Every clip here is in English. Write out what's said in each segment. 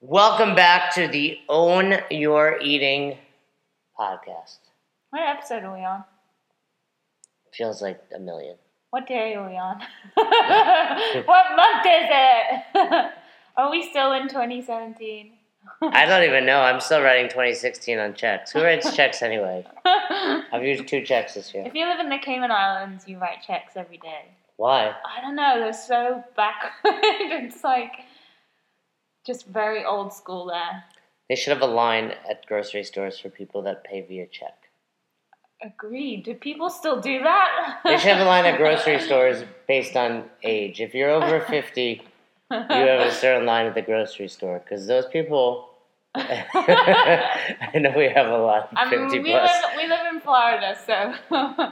Welcome back to the Own Your Eating podcast. What episode are we on? Feels like a million. What day are we on? what month is it? are we still in 2017? I don't even know. I'm still writing 2016 on checks. Who writes checks anyway? if I've used two checks this year. you live in the Cayman Islands, you write checks every day. Why? I don't know, they're so backward. it's like just very old school there. They should have a line at grocery stores for people that pay via check. Agreed. Do people still do that? They should have a line at grocery stores based on age. If you're over 50, you have a certain line at the grocery store because those people. I know we have a lot I of mean, 50 we plus. live, we live in Florida, so.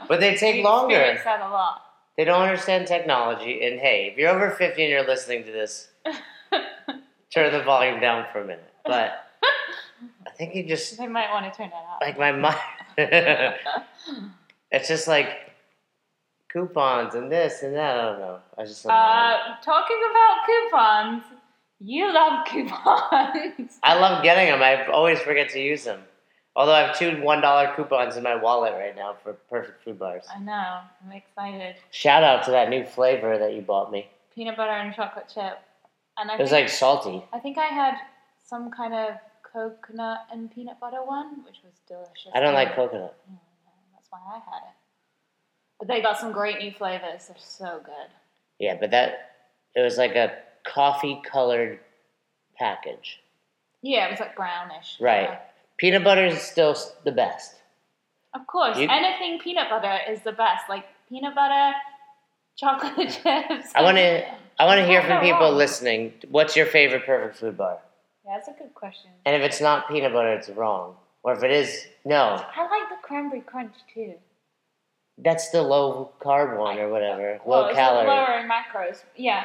But they we take longer. experience that a lot. They don't understand technology. And hey, if you're over 50 and you're listening to this, turn the volume down for a minute. But I think you just, They might want to turn that up. like, my mind. it's just like coupons and this and that. I don't know. I just, don't know. Uh, talking about coupons, you love coupons. I love getting them. I always forget to use them. Although I have two $1 coupons in my wallet right now for perfect food bars. I know. I'm excited. Shout out to that new flavor that you bought me. Peanut butter and chocolate chip. And I It was think, like salty. I think I had some kind of coconut and peanut butter one, which was delicious. I don't like coconut. Mm, That's why I had it. But they got some great new flavors. They're so good. Yeah, but that it was like a coffee colored package. Yeah, it was like brownish. Right. Yeah. Peanut butter is still s- the best. Of course, You- anything peanut butter is the best. Like peanut butter, chocolate chips. I want to I want to hear from Not people wrong. listening. What's your favorite perfect food bar? Yeah, that's a good question. And if it's not peanut butter, it's wrong. Or if it is, no, I like the cranberry crunch too. that's the low carb one or whatever, Well, low it's calorie. Lower in macros. Yeah,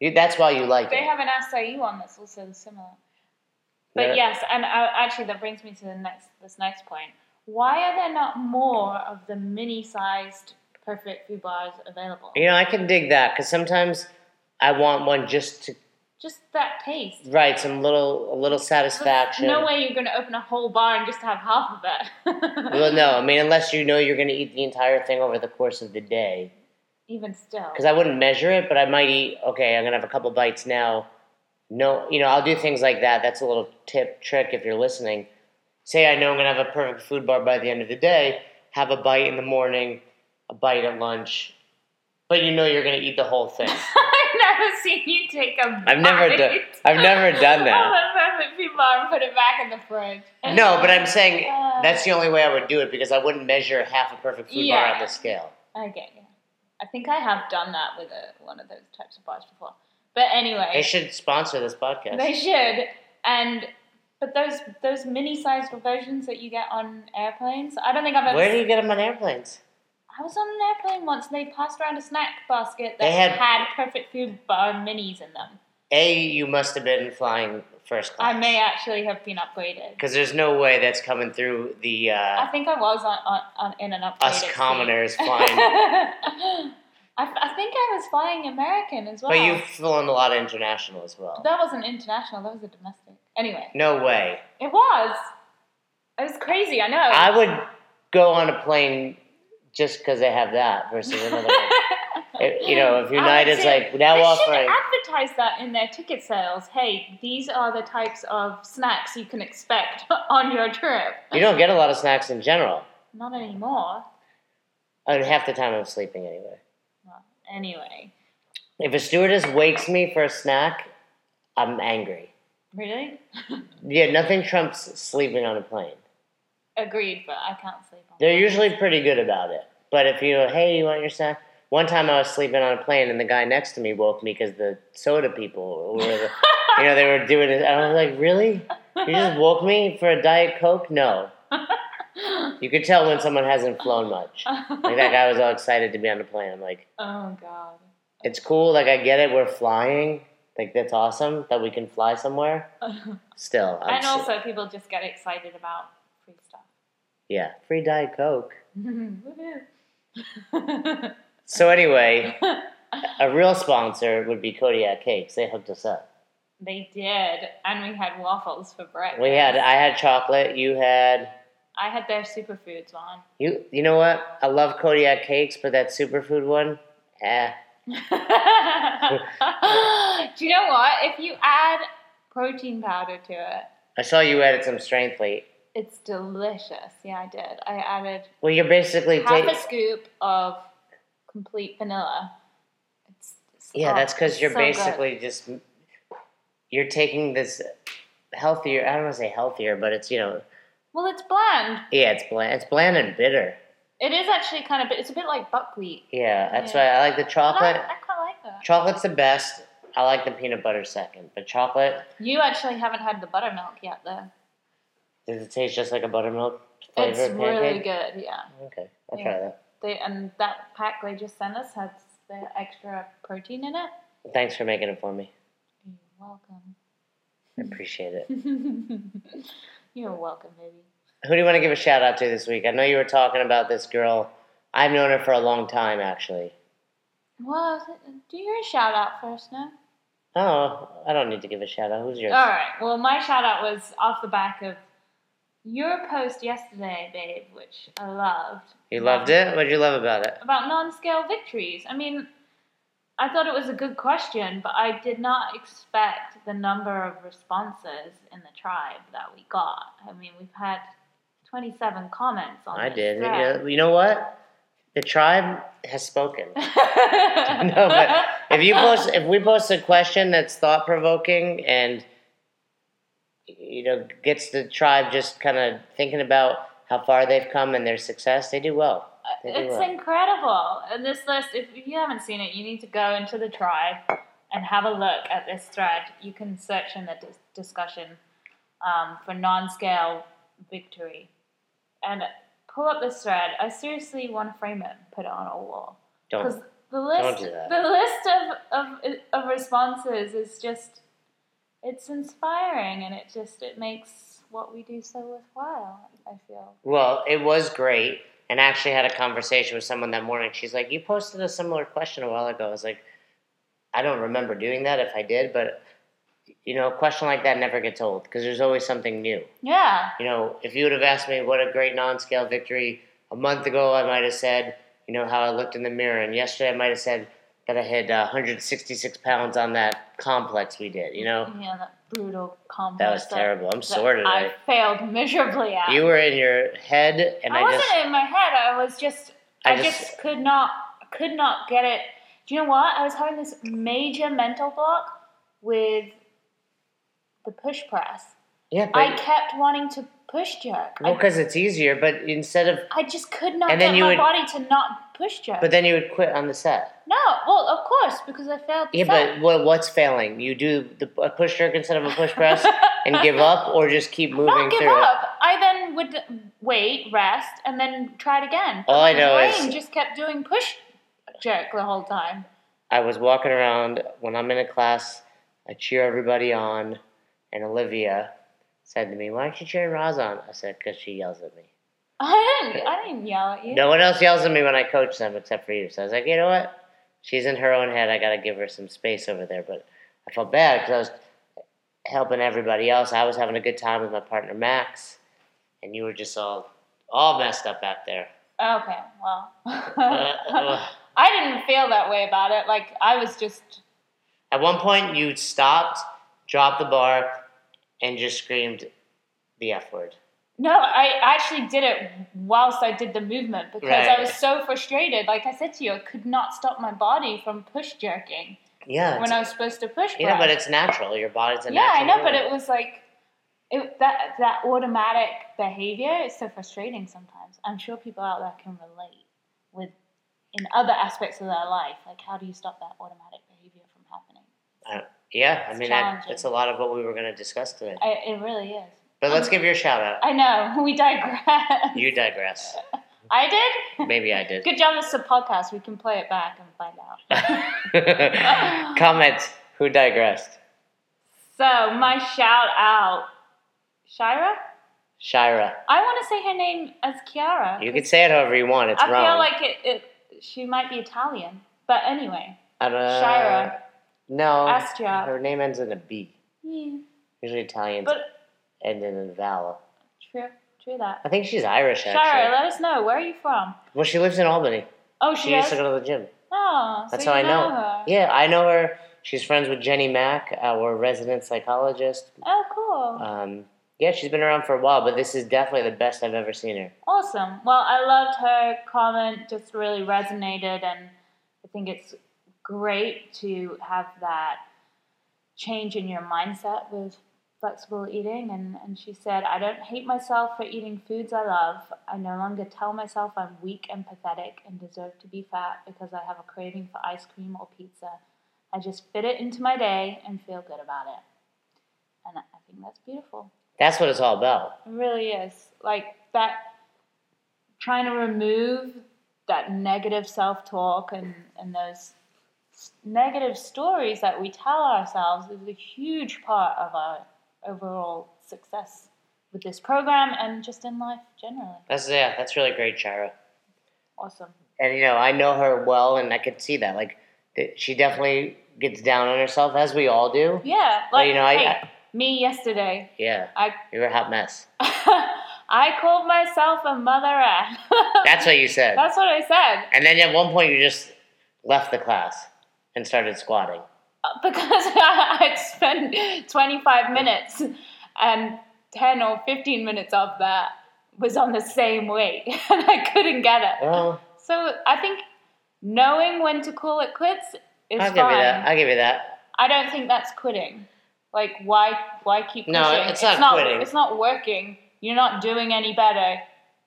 You- that's why you like they it. have an SIU one that's also similar. But Yeah. yes, and uh, actually that brings me to the next this next point. Why are there not more of the mini-sized perfect food bars available? You know, I can dig that because sometimes I want one just to Just that taste. right some little a little satisfaction. No way you're going to open a whole bar and just have half of it. Well, no, I mean unless you know you're going to eat the entire thing over the course of the day. Even still. because I wouldn't measure it, but I might eat. Okay, I'm gonna have a couple bites now. No, you know, I'll do things like that. That's a little tip trick if you're listening. Say I know I'm gonna have a perfect food bar by the end of the day. Have a bite in the morning, a bite at lunch, but you know you're gonna eat the whole thing. I've never seen you take a I've never bite done. I've never done of that. a perfect food bar and put it back in the fridge. Uh, No, but I'm saying that's the only way I would do it because I wouldn't measure half a perfect food bar on Yeah. the scale. I get you. I think I have done that with a, one of those types of bars before. But anyway, They should sponsor this podcast. They should. And but those those mini sized versions that you get on airplanes, I don't think I've ever. Where do you get them on airplanes? I was on an airplane once, and they passed around a snack basket that They had- had, perfect food bar minis in them. A, you must have been flying first class. I may actually have been upgraded. Because there's no way that's coming through the I uh, think I was on, on, on in an upgraded. us seat. commoners flying. I, I think I was flying American as well. but you've flown a lot of international as well. That wasn't international. That was a domestic. Anyway, No way. it was. It was crazy. I know. I would go on a plane just because they have that versus another. one. It- you know, if I would United's say- like now they offering, should advertise that in their ticket sales. Hey, these are the types of snacks you can expect on your trip. you don't get a lot of snacks in general. Not anymore. And half the time I'm sleeping anyway. Well, anyway, If a stewardess wakes me for a snack, I'm angry. really Yeah, nothing trumps sleeping on a plane. agreed, but I can't sleep on. They're usually pretty good about it. But if you, hey, you want your snack? One time I was sleeping on a plane and the guy next to me woke me because the soda people were, the, you know, they were doing it. And I was like, really? You just woke me for a Diet Coke? No. You could tell when someone hasn't flown much. Like that guy was all excited to be on the plane. I'm like, oh god. it's cool. Like, I get it. We're flying. Like, that's awesome that we can fly somewhere. Still. I'm and s- also, people just get excited about free stuff. yeah, free Diet Coke. Woohoo. So anyway, a real sponsor would be Kodiak Cakes. They hooked us up. They did, and we had waffles for breakfast. We had I had chocolate. You had I had their superfoods on. you. You know what? I love Kodiak cakes, but that superfood one, eh? Do you know what? If you add protein powder to it, I saw you added some strength weight. it's delicious. Yeah, I did. I added Well, you're basically half taking. a scoop of complete vanilla. It's, it's- Yeah, oh, that's because it's you're so good. basically just you're taking this healthier. I don't want to say healthier, but it's you know, Well, it's bland. yeah, it's bland. It's bland and bitter. It is actually kind of. It's a bit like buckwheat. Yeah, that's why Yeah. I like the But I, I chocolate. kind of like that. Chocolate's the best. I like the peanut butter second, but chocolate You actually haven't had the buttermilk yet, though. does it taste just like a buttermilk It's flavored really Oh, pancake? good. Yeah. Okay, I'll Yeah. try that. They and that pack they just sent us has the extra protein in it. Thanks for making it for me. You're welcome. I appreciate it. You're welcome, baby. Who do you want to give a shout out to this week? I know you were talking about this girl. I've known her for a long time, actually. Well, do your shout out first now. Oh, I don't need to give a shout out. Who's yours? All right. Well, my shout out was off the back of your post yesterday, babe, which I loved. You loved it? What'd you love about it? About non scale victories. I mean, I thought it was a good question, but I did not expect the number of responses in the tribe that we got. I mean, we've had 27 comments on I this did. You thread. know, you know what? The tribe has spoken. no, but if you post, if we post a question that's thought provoking and you know gets the tribe just kind of thinking about how far they've come and their success, they do well. They do It's well. incredible. And this list, if you haven't seen it, you need to go into the tribe and have a look at this thread. You can search in the dis- discussion um, for non scale victory and pull up this thread. I seriously want to frame it and put it on a wall. Because Don't. the list, do that. the list of, of, of responses is just, it's inspiring and it just, it makes what we do so worthwhile, I feel. Well, it was great, and I actually had a conversation with someone that morning. She's like, "You posted a similar question a while ago." I was like, "I don't remember doing that. If I did, but." You know, a question like that never gets old because there's always something new. Yeah. You know, if you would have asked me what a great non scale victory a month ago, I might have said, you know, how I looked in the mirror. And yesterday, I might have said that I had uh, 166 pounds on that complex we did. You know, Yeah, that brutal complex. that was terrible. I'm sore Mm-hmm. that today. I failed miserably at. You were in your head, and I, I wasn't just, in my head. I was just. I I, just, just- could not. Could not get it. Do you know what? I was having this major mental block with the push press. yeah, I but kept wanting to push jerk. well, I, because it's easier. But instead of, I just could not And then get you my would- body to not push jerk. but then you would quit on the set. no, well, of course, because I failed. the Yeah, set. but what, what's failing? You do the, a push jerk instead of a push press, and give up, or just keep moving not give through it. up. I then would wait, rest, and then try it again. All Oh, I know my is- brain just kept doing push jerk the whole time. I was walking around when I'm in a class, I cheer everybody on, and Olivia said to me, Why aren't you cheering Roz on? I said, Because she yells at me. I didn't. I didn't yell at you. No one else yells at me when I coach them except for you. So I was like, You know what? She's in her own head. I got to give her some space over there. But I felt bad because I was helping everybody else. I was having a good time with my partner, Max, and you were just all, all messed up back there. Okay. Well, Uh, ugh. I didn't feel that way about it. Like I was just. At one point, you stopped, dropped the bar, and just screamed the F word. No, I actually did it whilst I did the movement because Right. I was so frustrated. Like I said to you, I could not stop my body from push jerking Yeah. when it's- I was supposed to push. yeah, press. but it's natural. Your body's a yeah, I natural. know, but movement. it was like it, that that automatic behavior is so frustrating sometimes. I'm sure people out there can relate with in other aspects of their life. Like, how do you stop that automatic behavior from happening? Yeah, I it's mean, that, challenging. that's a lot of what we were going to discuss today. I, it really is. But let's give your shout out. I know we digress. You digress. I did. Maybe I did. Good job. This is a podcast. We can play it back and find out. Comment who digressed. so my shout out, Shira. Shira. I want to say her name as Kiara. You can say it however you want. It's I wrong. feel like it, it. She might be Italian, but anyway, I don't know. Shira. No. Astia. Her name ends in a B. Yeah. Usually Italians But end in a vowel. true, true that. I think she's Irish, actually. Shara, let us know where are you from. Well, she lives in Albany. Oh, She she used is. to go to the gym. Oh, That's so how you I know. her. Yeah, I know her. She's friends with Jenny Mack, our resident psychologist. Oh, cool. Um, yeah, she's been around for a while, but this is definitely the best I've ever seen her. Awesome. Well, I loved her comment, just really resonated, and I think it's great to have that change in your mindset with flexible eating. And, and she said, I don't hate myself for eating foods I love. I no longer tell myself I'm weak and pathetic and deserve to be fat because I have a craving for ice cream or pizza. I just fit it into my day and feel good about it. And I think that's beautiful. That's what it's all about. It really is. Like that trying to remove that negative self talk and, and those s- negative stories that we tell ourselves is a huge part of our overall success with this program and just in life generally. That's yeah, that's really great, Shara. Awesome. And you know, I know her well, and I could see that. Like, th- she definitely gets down on herself, as we all do. Yeah. Like, you know, I- hey, I- me yesterday, Yeah, I, you're a hot mess. I called myself a mother rat. That's what you said. That's what I said. And then at one point, you just left the class and started squatting. because I'd spent 25 minutes and 10 or 15 minutes of that was on the same weight and I couldn't get it. Well, So I think knowing when to call it quits is I'll fine. give you that. I'll give you that. I don't think that's quitting. Like why why keep No, pushing? it's not quitting. It's not working. You're not doing any better.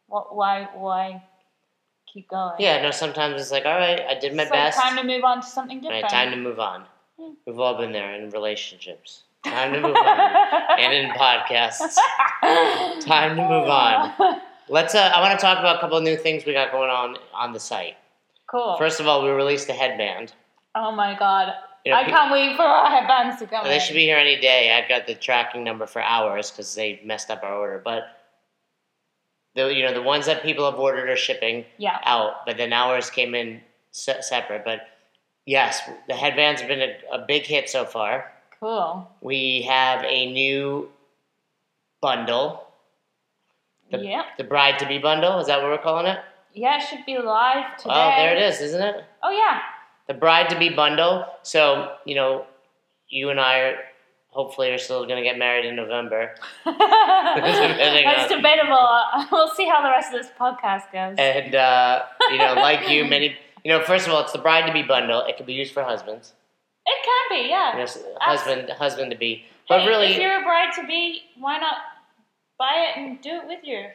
What why why keep going? Yeah, no. Sometimes it's like, all right, I did my it's best. Like time to move on to something All different. right, time to move on. Hmm. We've all been there in relationships. Time to move on, and in podcasts. Time to move on. Let's. Uh, I want to talk about a couple of new things we got going on on the site. Cool. First of all, we released the headband. oh my god. You know, I pe- can't wait for our headbands to come they in. should be here any day. I got the tracking number for hours because they messed up our order. But the you know the ones that people have ordered are shipping yeah. out, but then ours came in se- separate. But yes, the headbands have been a, a big hit so far. Cool. We have a new bundle, The- yeah. the bride to be bundle. Is that what we're calling it? Yeah, it should be live today. Oh, there it is, isn't it? Oh yeah. the bride to be bundle. So you know, you and I are hopefully are still going to get married in November, Depending That's on- debatable. We'll see how the rest of this podcast goes. and uh, you know, like you, many. You know, first of all, it's the bride to be bundle. It could be used for husbands, it can be, you yeah. know, s- husband, husband to be. But Hey, if really, you're a bride to be, why not buy it and do it with your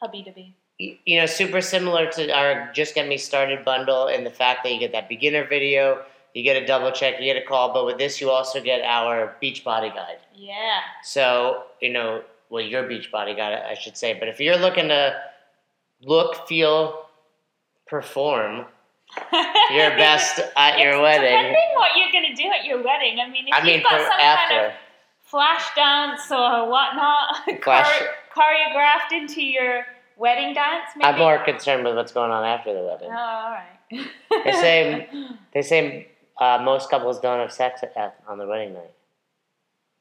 hubby to be? y- you know, super similar to our just get me started bundle, and the fact that you get that beginner video, you get a double check, you get a call. But with this, you also get our beach body guide. Yeah. So, you know, well, your beach body got it, I should say. But if you're looking to look, feel, perform your best at your It's wedding, Depending what you're gonna do at your wedding. I mean, if I mean, you've for got some kind of after. flash dance or whatnot Flash- chore- choreographed into your wedding dance. Maybe? I'm more concerned with what's going on after the Oh, wedding. all right. They say they say uh, most couples don't have sex at, on the wedding night.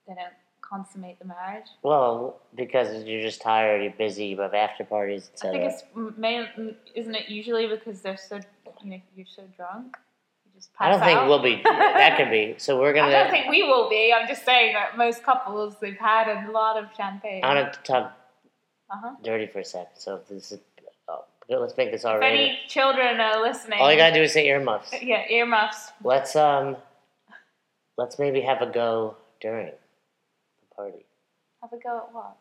They don't consummate the marriage. Well, because you're just tired, you're busy, you have after parties, I think etc. it's main, isn't it usually because they're so you know you're so drunk. You just pass I don't think out? we'll be. That could be. So we're I gonna. don't think we will be. I'm just saying that most couples they've had a lot of champagne. I want to talk Uh-huh. dirty for a sec. So if this is. Oh, let's make this all If right. any children are listening, All you gotta do is say earmuffs. yeah, earmuffs. Let's um, let's maybe have a go during the party. Have a go at what?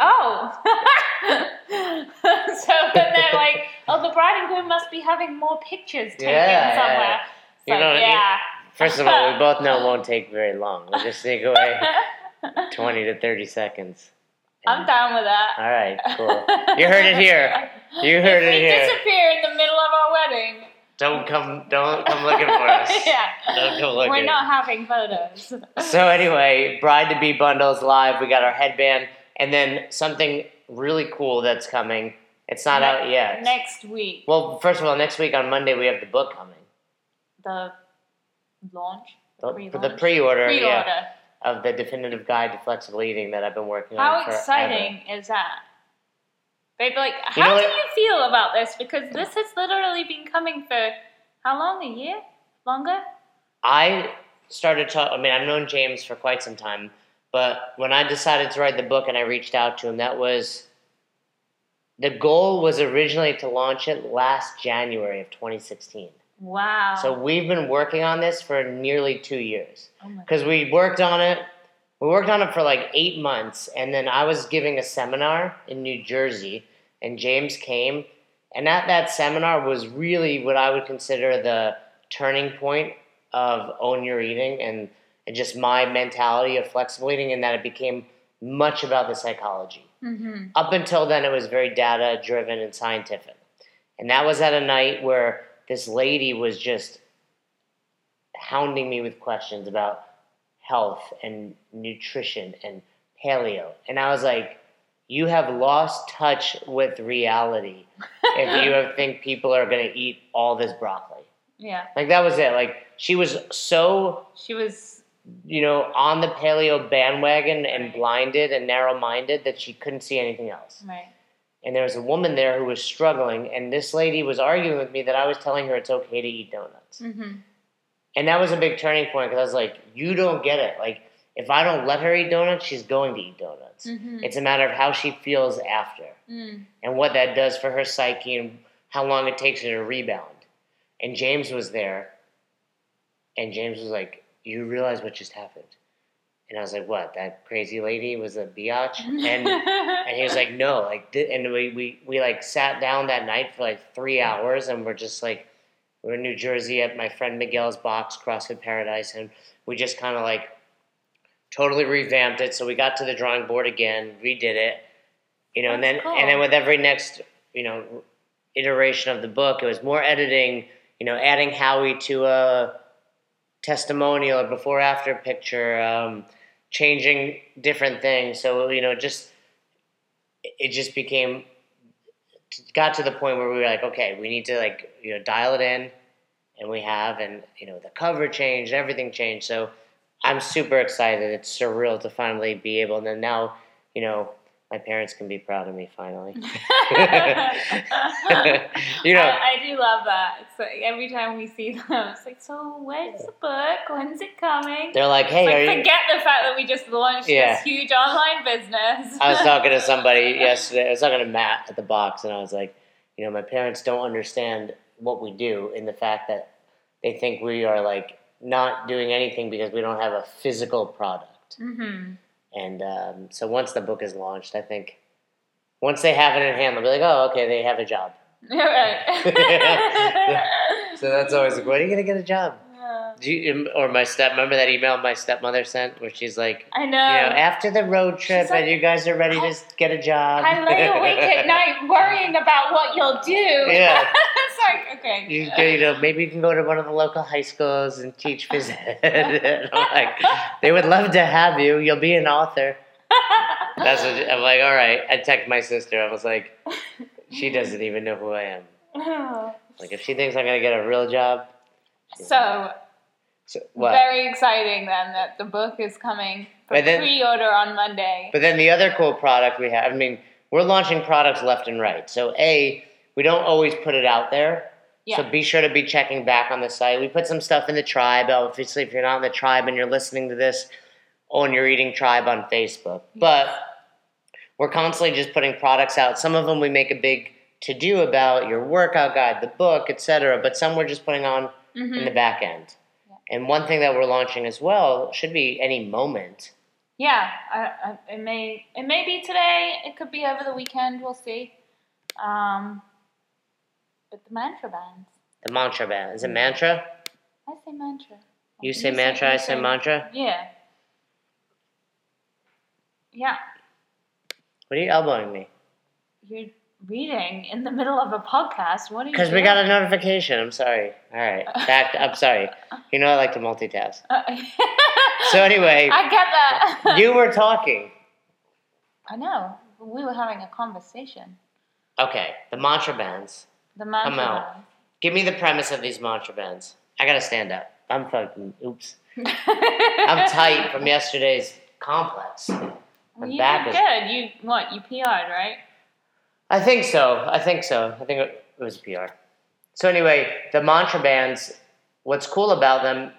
Oh! so then they're like, oh, the bride and groom must be having more pictures taken Yeah, yeah, somewhere. It's You like, know, you- yeah. First of all, we both know it won't take very long. We'll just sneak away twenty to thirty seconds. I'm down with that. All right, cool. You heard it here. You heard if it we here. disappear in the middle of our wedding. Don't come, don't come looking for us. yeah. Don't come looking. We're not having photos. So anyway, bride to be bundles live. We got our headband, and then something really cool that's coming. It's not Ne- out yet. Next week, well, first of all, next week on Monday we have the book coming. the launch. The, pre the pre-order, Pre yeah. order. of the definitive guide to flexible eating that I've been working on. How forever. exciting is that? Babe, like, You how know do what- you feel about this? Because this has literally been coming for how long? A year? Longer? I started talking. I mean, I've known James for quite some time, but when I decided to write the book and I reached out to him, that was the goal was originally to launch it last January of 2016. Wow. So we've been working on this for nearly two years oh my because we worked on it. We worked on it for like eight months, and then I was giving a seminar in New Jersey, and James came. And at that seminar was really what I would consider the turning point of own your eating and, and just my mentality of flexible eating, and that it became much about the psychology hmm up until then it was very data driven and scientific and that was at a night where this lady was just hounding me with questions about health and nutrition and paleo and i was like you have lost touch with reality if you have think people are going to eat all this broccoli Yeah. like that was it like she was so She was. you know on the paleo bandwagon and blinded and narrow minded that she couldn't see anything else Right. and there was a woman there who was struggling and this lady was arguing with me that i was telling her it's okay to eat donuts hmm and that was a big turning point because i was like you don't get it like if i don't let her eat donuts she's going to eat donuts hmm it's a matter of how she feels after Mm. and what that does for her psyche and how long it takes her to rebound and james was there and james was like you realize what just happened and i was like what that crazy lady was a biatch and and he was like, no, like, th-, and we, we, we like sat down that night for like three hours and we're just like, we're in New Jersey at my friend Miguel's box, CrossFit Paradise. And we just kind of like totally revamped it. So we got to the drawing board again, redid it, you know, and then, That's cool. and then with every next, you know, iteration of the book, it was more editing, you know, adding Howie to a testimonial, a before after picture, um, changing different things. So, you know, just, it just became got to the point where we were like, okay, we need to like you know dial it in, and we have, and you know the cover changed, everything changed. So I'm super excited. It's surreal to finally be able. And then now, you know, my parents can be proud of me finally. you know, I, I do love that. It's like every time we see them, it's like, so where's the book? When's it coming? they're like, hey, like, are you? forget the fact that we just launched Yeah. this huge online business. I was talking to somebody yesterday. I was talking to Matt at the box, and I was like, you know, my parents don't understand what we do in the fact that they think we are like not doing anything because we don't have a physical product. hmm And um, so once the book is launched, I think once they have it in hand, they'll be like, oh, okay, they have a job. right. So that's always like, when are you gonna get a job? Yeah. Do you, um, or my step remember that email my stepmother sent where she's like, I you know, know. after the road trip Um, She's like, and you guys are ready to s- get a job. I lay awake at night worrying about what you'll do. Yeah. it's like, okay. you, you know, maybe you can go to one of the local high schools and teach phys ed. And I'm like, they would love to have you. You'll be an author. That's what I'm like. All right. I text my sister. I was like, she doesn't even know who I am. Like, if she thinks I'm gonna get a real job, so, so, what? very exciting then that the book is coming for But then- pre-order on Monday. But then the other cool product we have, I mean, we're launching products left and right. So, A, we don't always put it out there. Yeah. So be sure to be checking back on the site. We put some stuff in the tribe. Obviously, if you're not in the tribe and you're listening to this, on your eating tribe on Facebook. But we're constantly just putting products out. Some of them we make a big to do about your workout guide, the book, etc. But some we're just putting on in hmm the back end. And one thing that we're launching as well should be any moment. Yeah, I, I, it may it may be today. It could be over the weekend. We'll see. Um, but the mantra bands. The mantra band. Is it mantra? I say mantra. Mm-hmm. You say mantra, I say mantra. Yeah. Yeah, What are you elbowing me? you're reading in the middle of a podcast. What are you? Because we doing? got a notification. I'm sorry. All right. Back. I'm sorry. You know I like to multitask. Uh, So anyway, I get that. you were talking. I know. We were having a conversation. Okay. The mantra bands. The mantra. out. bands. Give me the premise of these mantra bands. I gotta stand up. I'm fucking. Oops. I'm tight from yesterday's complex. I'm you back did as- good. You what? You PR'd, right? I think so. I think so. I think it was PR. So anyway, the mantra bands. What's cool about them?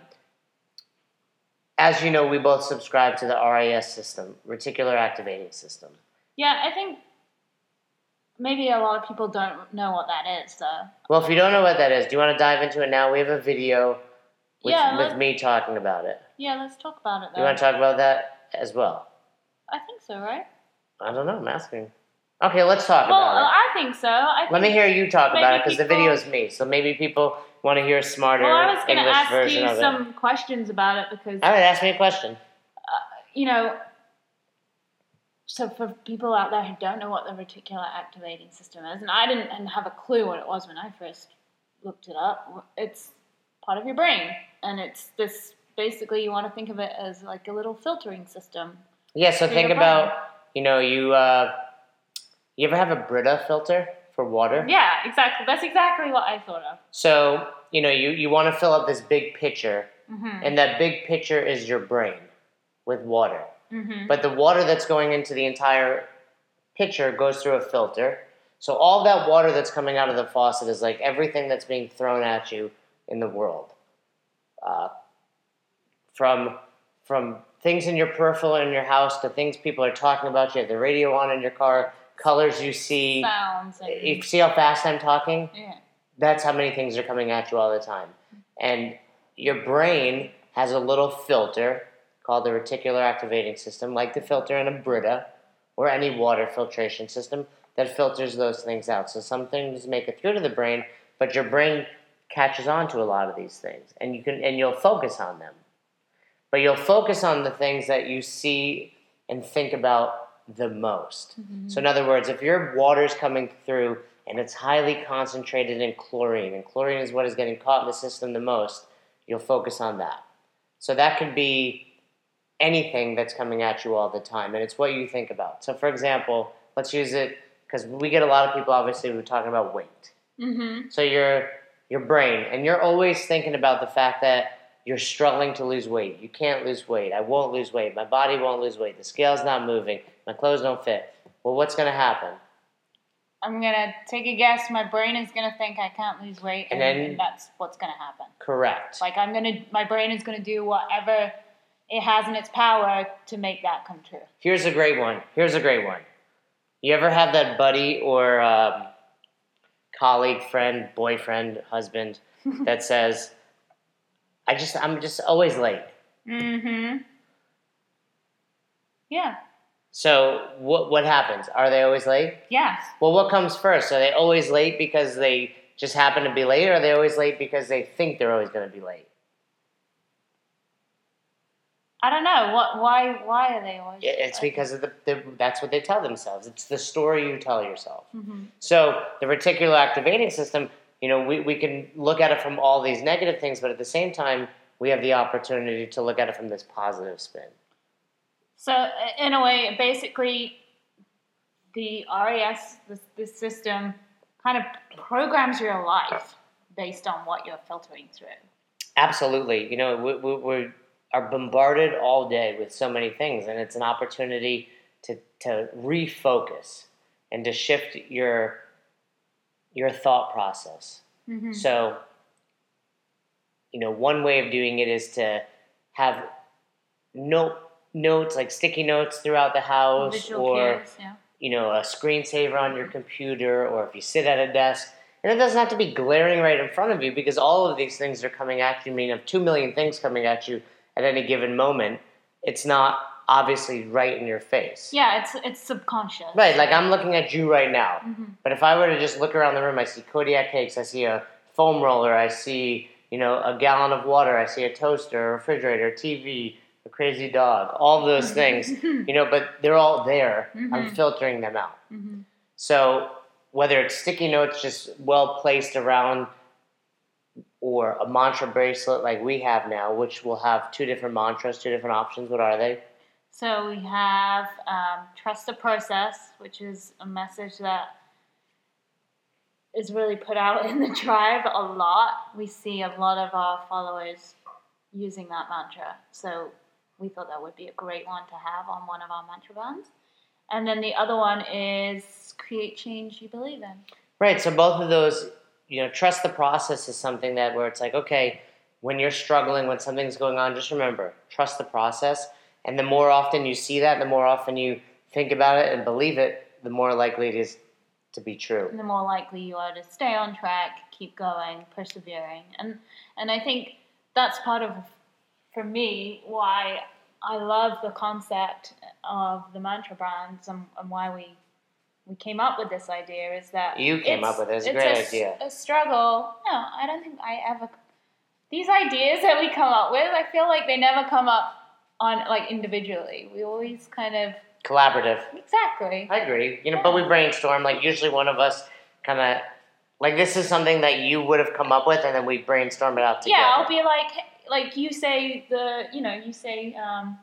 As you know, we both subscribe to the RAS system, reticular activating system. Yeah, I think maybe a lot of people don't know what that is, though. Well, if you don't know what that is, do you want to dive into it now? We have a video with, Yeah, with let's- Uh. me talking about it. Yeah, let's talk about it. You want Though. to talk about that as well? I think so, right? I don't know. I'm asking. Okay, let's talk Well, about it. I think so. I think, Let me hear you talk about it Maybe because the people- video is me, so maybe people want to hear a smarter Well, I was going to English ask version you of it. some questions about it because All right, ask me a question. you know. So for people out there who don't know what the reticular activating system is, and I didn't and have a clue what it was when I first looked it up, it's part of your brain, and it's this. Basically, you want to think of it as like a little filtering system. Yeah, so For think your about brain. you know you uh, you ever have a Brita filter for water? Yeah, exactly. That's exactly what I thought of. So you know you you want to fill up this big pitcher, Mm-hmm. and that big pitcher is your brain with water. Mm-hmm. But the water that's going into the entire pitcher goes through a filter. So all that water that's coming out of the faucet is like everything that's being thrown at you in the world, uh, from from things in your peripheral in your house to things people are talking about. You have the radio on in your car, colors you see. Sounds and You see how fast I'm talking? yeah. That's how many things are coming at you all the time. And your brain has a little filter called the reticular activating system, like the filter in a Brita or any water filtration system that filters those things out. So some things make it through to the brain, but your brain catches on to a lot of these things and you can and you'll focus on them. But you'll focus on the things that you see and think about the most. Mm-hmm. So in other words, if your water's coming through and it's highly concentrated in chlorine, and chlorine is what is getting caught in the system the most, you'll focus on that. So that could be anything that's coming at you all the time, and it's what you think about. So, for example, let's use it because we get a lot of people. Obviously, we're talking about weight. Mm-hmm. So your your brain, and you're always thinking about the fact that you're struggling to lose weight. You can't lose weight. I won't lose weight. My body won't lose weight. The scale's not moving. My clothes don't fit. Well, what's going to happen? I'm gonna take a guess. My brain is gonna think I can't lose weight, And and, then- that's what's gonna happen. Correct. Like I'm gonna, my brain is gonna do whatever it has in its power to make that come true. Here's a great one. Here's a great one. You ever have that buddy or um, colleague, friend, boyfriend, husband that says, "I just, I'm just always late." Mm-hmm. Yeah. So what what happens? Are they always late? Yes. Well, what comes first? Are they always late because they just happen to be late, or are they always late because they think they're always going to be late? I don't know what. Why? Why are they always? It- It's because of the, the that's what they tell themselves. It's the story you tell yourself. Mm-hmm. So the reticular activating system, you know, we, we can look at it from all these negative things, but at the same time, we have the opportunity to look at it from this positive spin. So i- in a way, basically, the RES, this, this system, kind of programs your life based on what you're filtering through. Absolutely. You know, we, we, we are bombarded all day with so many things, and it's an opportunity to, to refocus and to shift your, your thought process. Mm-hmm. So, you know, one way of doing it is to have note notes like sticky notes throughout the house, or yeah. you know, a screensaver on your computer, or if you sit at a desk. And it doesn't have to be glaring right in front of you because all of these things are coming at you. I mean, you have two million things coming at you at any given moment. It's not obviously right in your face. Yeah, it's it's subconscious. Right, like I'm looking at you right now. Mhm. But if I were to just look around the room, I see Kodiak cakes, I see a foam roller, I see, you know, a gallon of water, I see a toaster, a refrigerator, a TV, a crazy dog, all those things, Mm-hmm. you know, but they're all there. I'm Mhm. filtering them out. Mhm. So whether it's sticky notes just well placed around or a mantra bracelet like we have now, which will have two different mantras, two different options. What are they? So we have um, trust the process, which is a message that is really put out in the tribe a lot. We see a lot of our followers using that mantra. So we thought that would be a great one to have on one of our mantra bands. And then the other one is create change you believe in. Right. So both of those, you know, trust the process is something that where it's like, okay, when you're struggling, when something's going on, just remember, trust the process. And the more often you see that, the more often you think about it and believe it, the more likely it is to be true. the more likely you are to stay on track, keep going, persevering. And and I think that's part of for me why I love the concept of the mantra brands and, and why we we came up with this idea is that You came up with it. It's a great s- idea. A struggle. No, I don't think I ever these ideas that we come up with, I feel like they never come up on like individually. We always kind of Collaborative. exactly. I agree. You know, but we brainstorm. Like usually, one of us kind of like this is something that you would have come up with, and then we brainstorm it out together. Yeah, I'll be like, like you say the, you know, you say um,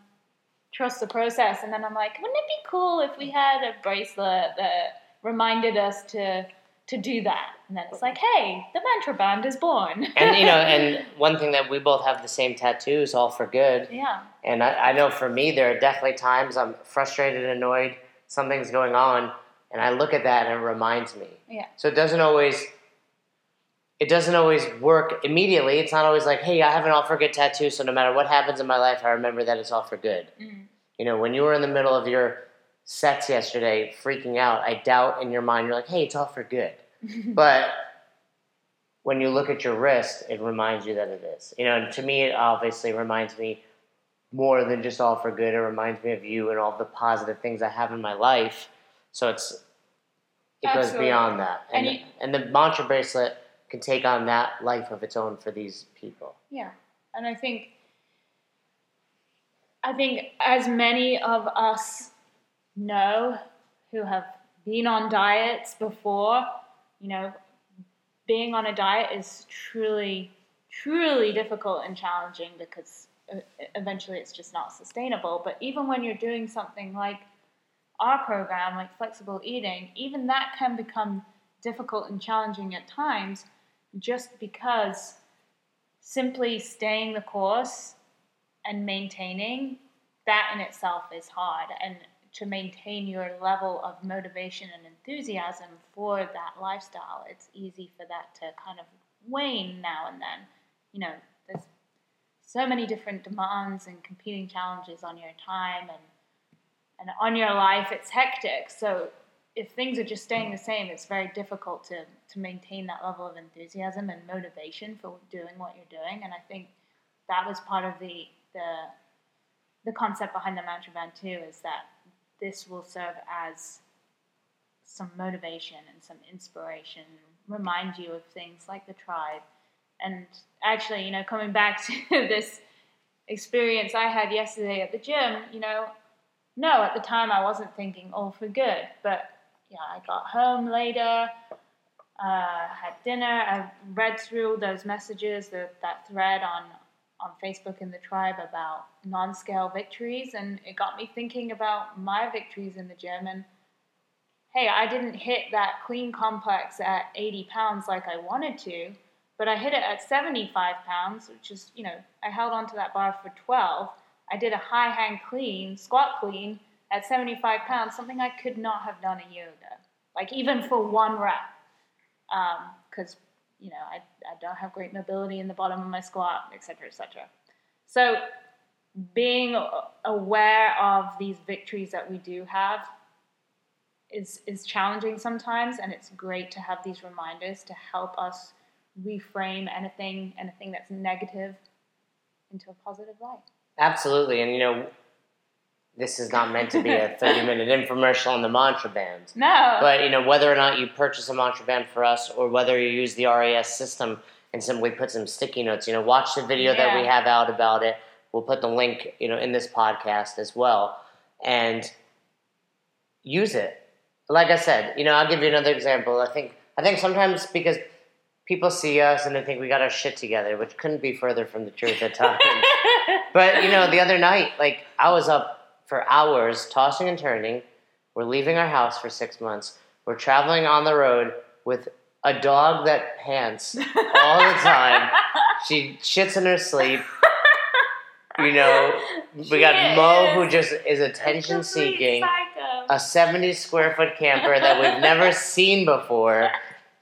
trust the process, and then I'm like, wouldn't it be cool if we had a bracelet that reminded us to to do that? And then it's like, hey, the mantra band is born. and you know, and one thing that we both have the same tattoos, all for good. yeah, And I, I know for me, there are definitely times I'm frustrated, annoyed, something's going on, and I look at that and it reminds me. Yeah. So it doesn't always. It doesn't always work immediately. It's not always like, hey, I have an all for good tattoo, so no matter what happens in my life, I remember that it's all for good. Mm. You know, when you were in the middle of your sets yesterday, freaking out, I doubt in your mind you're like, hey, it's all for good. but when you look at your wrist, it reminds you that it is. You know, and to me, it obviously reminds me more than just all for good. It reminds me of you and all the positive things I have in my life. So it's it goes Absolutely. beyond that, and And you- and the mantra bracelet can take on that life of its own for these people. yeah, and I think, I think as many of us know who have been on diets before, you know, being on a diet is truly, truly difficult and challenging because uh, eventually it's just not sustainable. But even when you're doing something like our program, like flexible eating, even that can become difficult and challenging at times just because simply staying the course and maintaining that in itself is hard and to maintain your level of motivation and enthusiasm for that lifestyle it's easy for that to kind of wane now and then you know there's so many different demands and competing challenges on your time and and on your life it's hectic so if things are just staying the same it's very difficult to to maintain that level of enthusiasm and motivation for doing what you're doing and i think that was part of the the the concept behind the mantra band too is that this will serve as some motivation and some inspiration, remind you of things like the tribe. And actually, you know, coming back to this experience I had yesterday at the gym, you know, no, at the time I wasn't thinking all for good, but yeah, I got home later, uh, had dinner, I read through all those messages, the, that thread on on Facebook in the tribe about non-scale victories, and it got me thinking about my victories in the gym. And hey, I didn't hit that clean complex at 80 pounds like I wanted to, but I hit it at 75 pounds, which is you know I held onto that bar for 12. I did a high hang clean, squat clean at 75 pounds, something I could not have done a year ago, like even for one rep, because you know, I, I don't have great mobility in the bottom of my squat, et cetera, et cetera. So being a- aware of these victories that we do have is, is challenging sometimes, and it's great to have these reminders to help us reframe anything, anything that's negative into a positive light. Absolutely, and you know, this is not meant to be a thirty-minute infomercial on the mantra band. No. But you know, whether or not you purchase a mantra band for us, or whether you use the RAS system and simply put some sticky notes, you know, watch the video that we Yeah. have out about it. We'll put the link, you know, in this podcast as well, and use it. Like I said, you know, I'll give you another example. I think I think sometimes because people see us and they think we got our shit together, which couldn't be further from the truth at times. but you know, the other night, like I was up for hours tossing and turning. We're leaving our house for six months. We're traveling on the road with a dog that pants all the time. she shits in her sleep. You know, we got She Mo, is who just is a attention complete seeking, psycho. a 70 square foot camper that we've never seen before,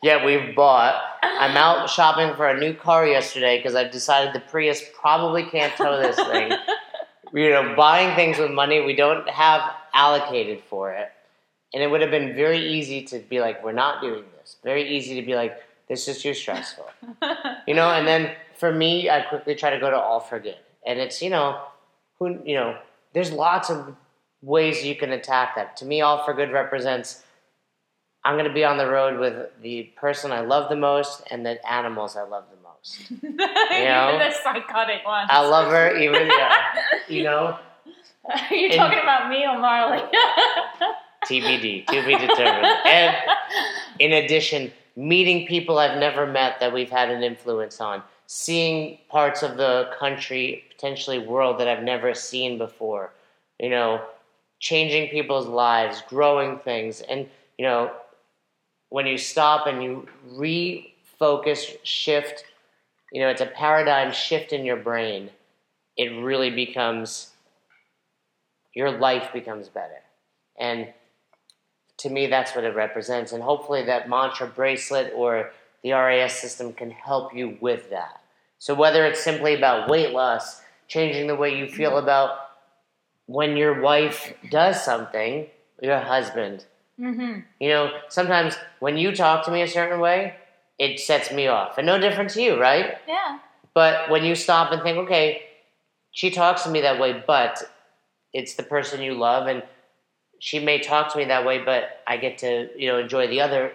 yet we've bought. I'm out shopping for a new car yesterday because I've decided the Prius probably can't tow this thing. you know, buying things with money we don't have allocated for it. And it would have been very easy to be like, we're not doing this. Very easy to be like, this is too stressful. you know, and then for me, I quickly try to go to all for good. And it's, you know, who, you know, there's lots of ways you can attack that. To me, all for good represents I'm going to be on the road with the person I love the most and the animals I love the most. Even know? the psychotic ones. I love her even, yeah, you know, Are you And- talking about me or Marley? TBD, to be determined. And in addition, meeting people I've never met that we've had an influence on, seeing parts of the country, potentially world that I've never seen before, you know, changing people's lives, growing things. And, you know, when you stop and you refocus, shift, you know, it's a paradigm shift in your brain, it really becomes, your life becomes better. And to me, that's what it represents. And hopefully, that mantra bracelet or the RAS system can help you with that. So, whether it's simply about weight loss, changing the way you feel about when your wife does something, your husband, hmm you know, sometimes when you talk to me a certain way, it sets me off. And no different to you, right? Yeah. But when you stop and think, okay, she talks to me that way, but it's the person you love, and she may talk to me that way, but I get to you know enjoy the other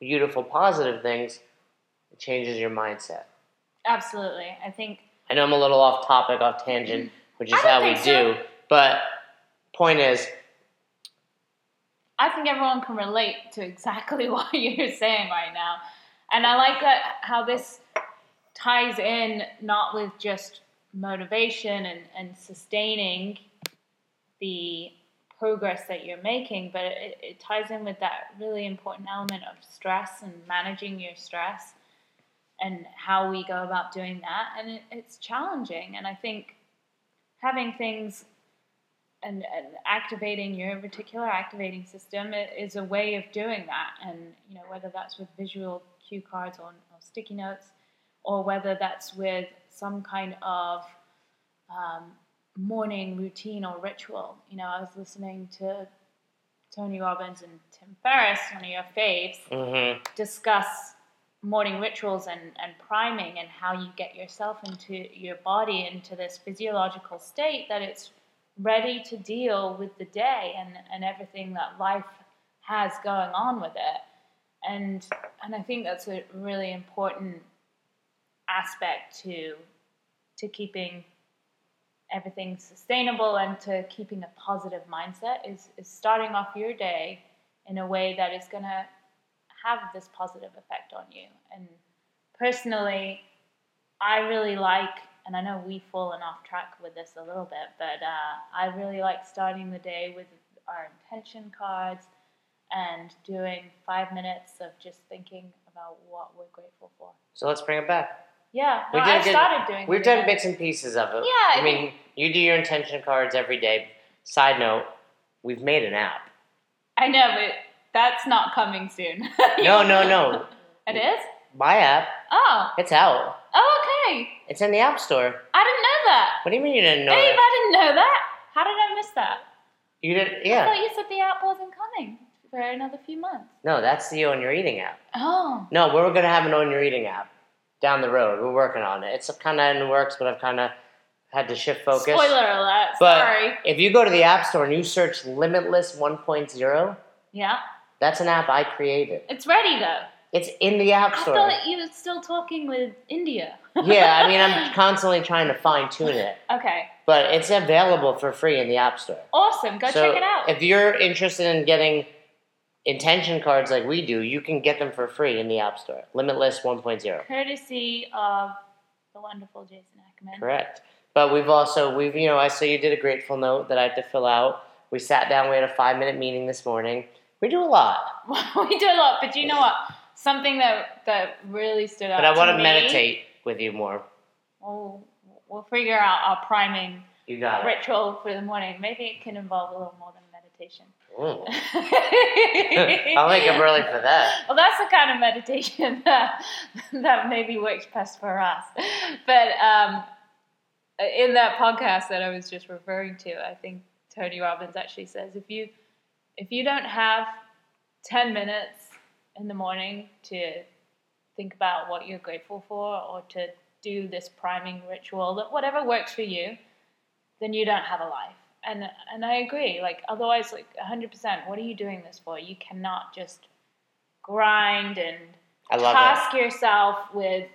beautiful, positive things. It changes your mindset. Absolutely. I think I know I'm a little off topic, off tangent, which is I don't how we think do. so. But point is, I think everyone can relate to exactly what you're saying right now. And I like that how this ties in not with just motivation and, and sustaining the progress that you're making, but it, it ties in with that really important element of stress and managing your stress and how we go about doing that. And it, it's challenging. And I think having things and, and activating your reticular activating system i- is a way of doing that. And you know whether that's with visual cue cards or, or sticky notes, or whether that's with some kind of um, morning routine or ritual. You know, I was listening to Tony Robbins and Tim Ferriss, one of your faves, mhm, discuss morning rituals and, and priming and how you get yourself into your body into this physiological state that it's ready to deal with the day and, and everything that life has going on with it. And and I think that's a really important aspect to to keeping everything sustainable and to keeping a positive mindset is, is starting off your day in a way that is gonna have this positive effect on you. And personally, I really like, and I know we've fallen off track with this a little bit, but uh, I really like starting the day with our intention cards and doing five minutes of just thinking about what we're grateful for. so let's bring it back. Yeah, We no, did I good- started doing. We've it done again. bits and pieces of it. I Yeah, I mean, you do your intention cards every day. Side note, we've made an app. I know, but that's not coming soon. No, no, no. It is. My app, Oh, it's out. oh, okay. It's in the App Store. I didn't know that. What do you mean you didn't know? Babe, it? I didn't know that. How did I miss that? You didn't? I Yeah. thought you said the app wasn't coming for another few months. No, that's the Own Your Eating app. Oh, No, we're gonna have an Own Your Eating app down the road. We're working on it. It's kind of in the works, but I've kind of had to shift focus. spoiler alert. But Sorry. if you go to the App Store and you search Limitless 1.0, Yeah, that's an app I created. it's ready though. It's in the App I Store. thought you were still talking with India. yeah, I mean, I'm constantly trying to fine tune it, Okay, but it's available for free in the App Store. awesome. Go So check it out. If you're interested in getting intention cards like we do, you can get them for free in the App Store. Limitless 1.0. Courtesy of the wonderful Jason Ackerman. Correct. But we've also we've you know I saw you did a grateful note that I had to fill out. We sat down. We had a five minute meeting this morning. We do a lot, we do a lot, but you know what? Something that that really stood out. but I to want to me- meditate with you more. Oh, we'll figure out our priming You got it. ritual for the morning. Maybe it can involve a little more than meditation. Mm. I'll wake up early for that. Well, that's the kind of meditation that, that maybe works best for us. But um, in that podcast that I was just referring to, I think Tony Robbins actually says if you if you don't have ten minutes in the morning to think about what you're grateful for or to do this priming ritual, that whatever works for you, then you don't have a life. And and I agree. Like otherwise, like hundred percent. What are you doing this for? You cannot just grind and I love it. task yourself with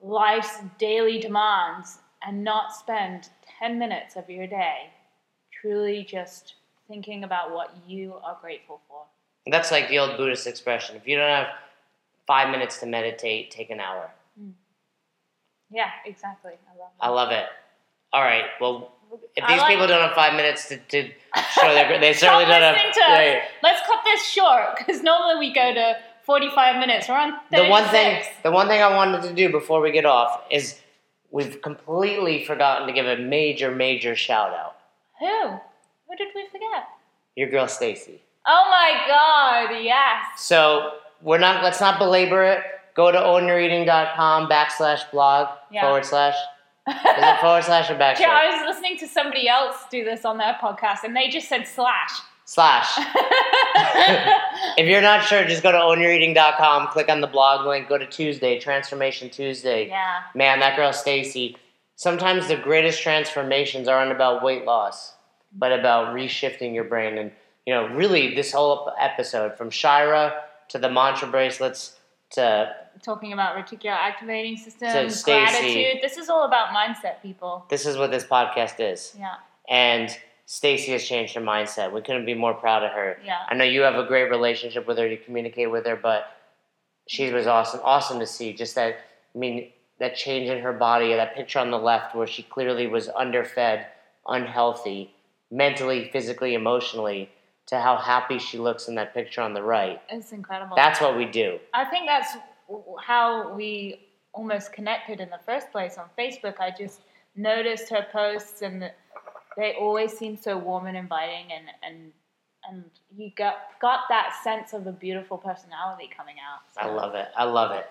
life's daily demands and not spend 10 minutes of your day truly just thinking about what you are grateful for. That's like the old Buddhist expression. If you don't have five minutes to meditate, take an hour. Yeah, exactly. I love that. I love it. All right. Well, if I these like- people don't have five minutes to, to show their, they certainly Stop don't have. listening to us. yeah, yeah. Let's cut this short because normally we go to 45 minutes. We're on 36. the one thing the one thing I wanted to do before we get off is we've completely forgotten to give a major major shout out. Who? Who did we forget? Your girl Stacy. Oh my God, yes. So we're not let's not belabor it. Go to ownyoureating.com backslash blog Yeah. forward slash is it forward slash or backslash Yeah, I was listening to somebody else do this on their podcast and they just said slash. slash. if you're not sure, just go to ownyoureating.com, click on the blog link, go to Tuesday Transformation Tuesday. yeah. Man, that girl Stacy. Sometimes the greatest transformations aren't about weight loss, but about reshifting your brain. And you know, really, this whole episode from Shira to the mantra bracelets to talking about reticular activating system, So, Stacey- gratitude. This is all about mindset, people. this is what this podcast is. Yeah, And Stacy has changed her mindset. We couldn't be more proud of her. yeah. I know you have a great relationship with her. You communicate with her, but she was awesome. Awesome to see just that. I mean, that change in her body. That picture on the left where she clearly was underfed, unhealthy, mentally, physically, emotionally. To how happy she looks in that picture on the right. It's incredible. That's what we do. I think that's w- how we almost connected in the first place on Facebook. I just noticed her posts, and the, they always seem so warm and inviting, and and and you got got that sense of a beautiful personality coming out. I love it. I love it.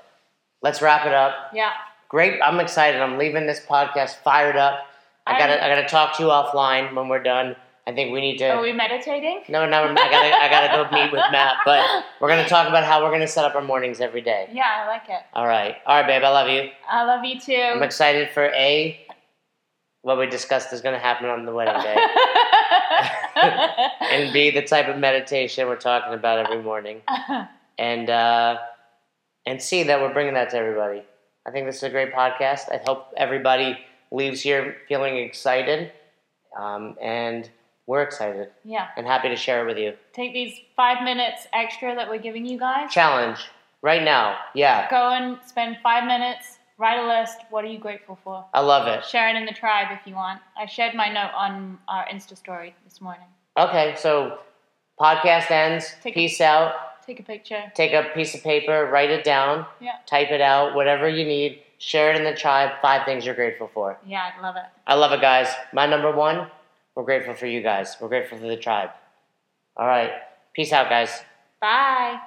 Let's wrap it up. Yeah, Great. I'm excited. I'm leaving this podcast fired up. I I'm- gotta. I gotta talk to you offline when we're done. I think we need to. are we meditating? No, no, I gotta, I gotta go meet with Matt. But we're gonna talk about how we're gonna set up our mornings every day. Yeah, I like it. All right, all right, babe. I love you. I love you I'm too. excited for a what we discussed is gonna happen on the wedding day, and b the type of meditation we're talking about every morning, and uh, and c that we're bringing that to everybody. I think this is a great podcast. I hope everybody leaves here feeling excited, um, and we're excited yeah. and happy to share it with you. take these five minutes extra that we're giving you guys. Challenge right now, yeah. Go and spend five minutes, write a list. What are you grateful for? I love it. Share it in the tribe if you want. I shared my note on our Insta story this morning. Okay, so podcast ends. Take a- peace out. Take a picture. Take a piece of paper, write it down, Yeah. type it out, whatever you need. Share it in the tribe. Five things you're grateful for. Yeah, I'd love it. I love it, guys. My number one, we're grateful for you guys. We're grateful for the tribe. All right, peace out, guys. Bye.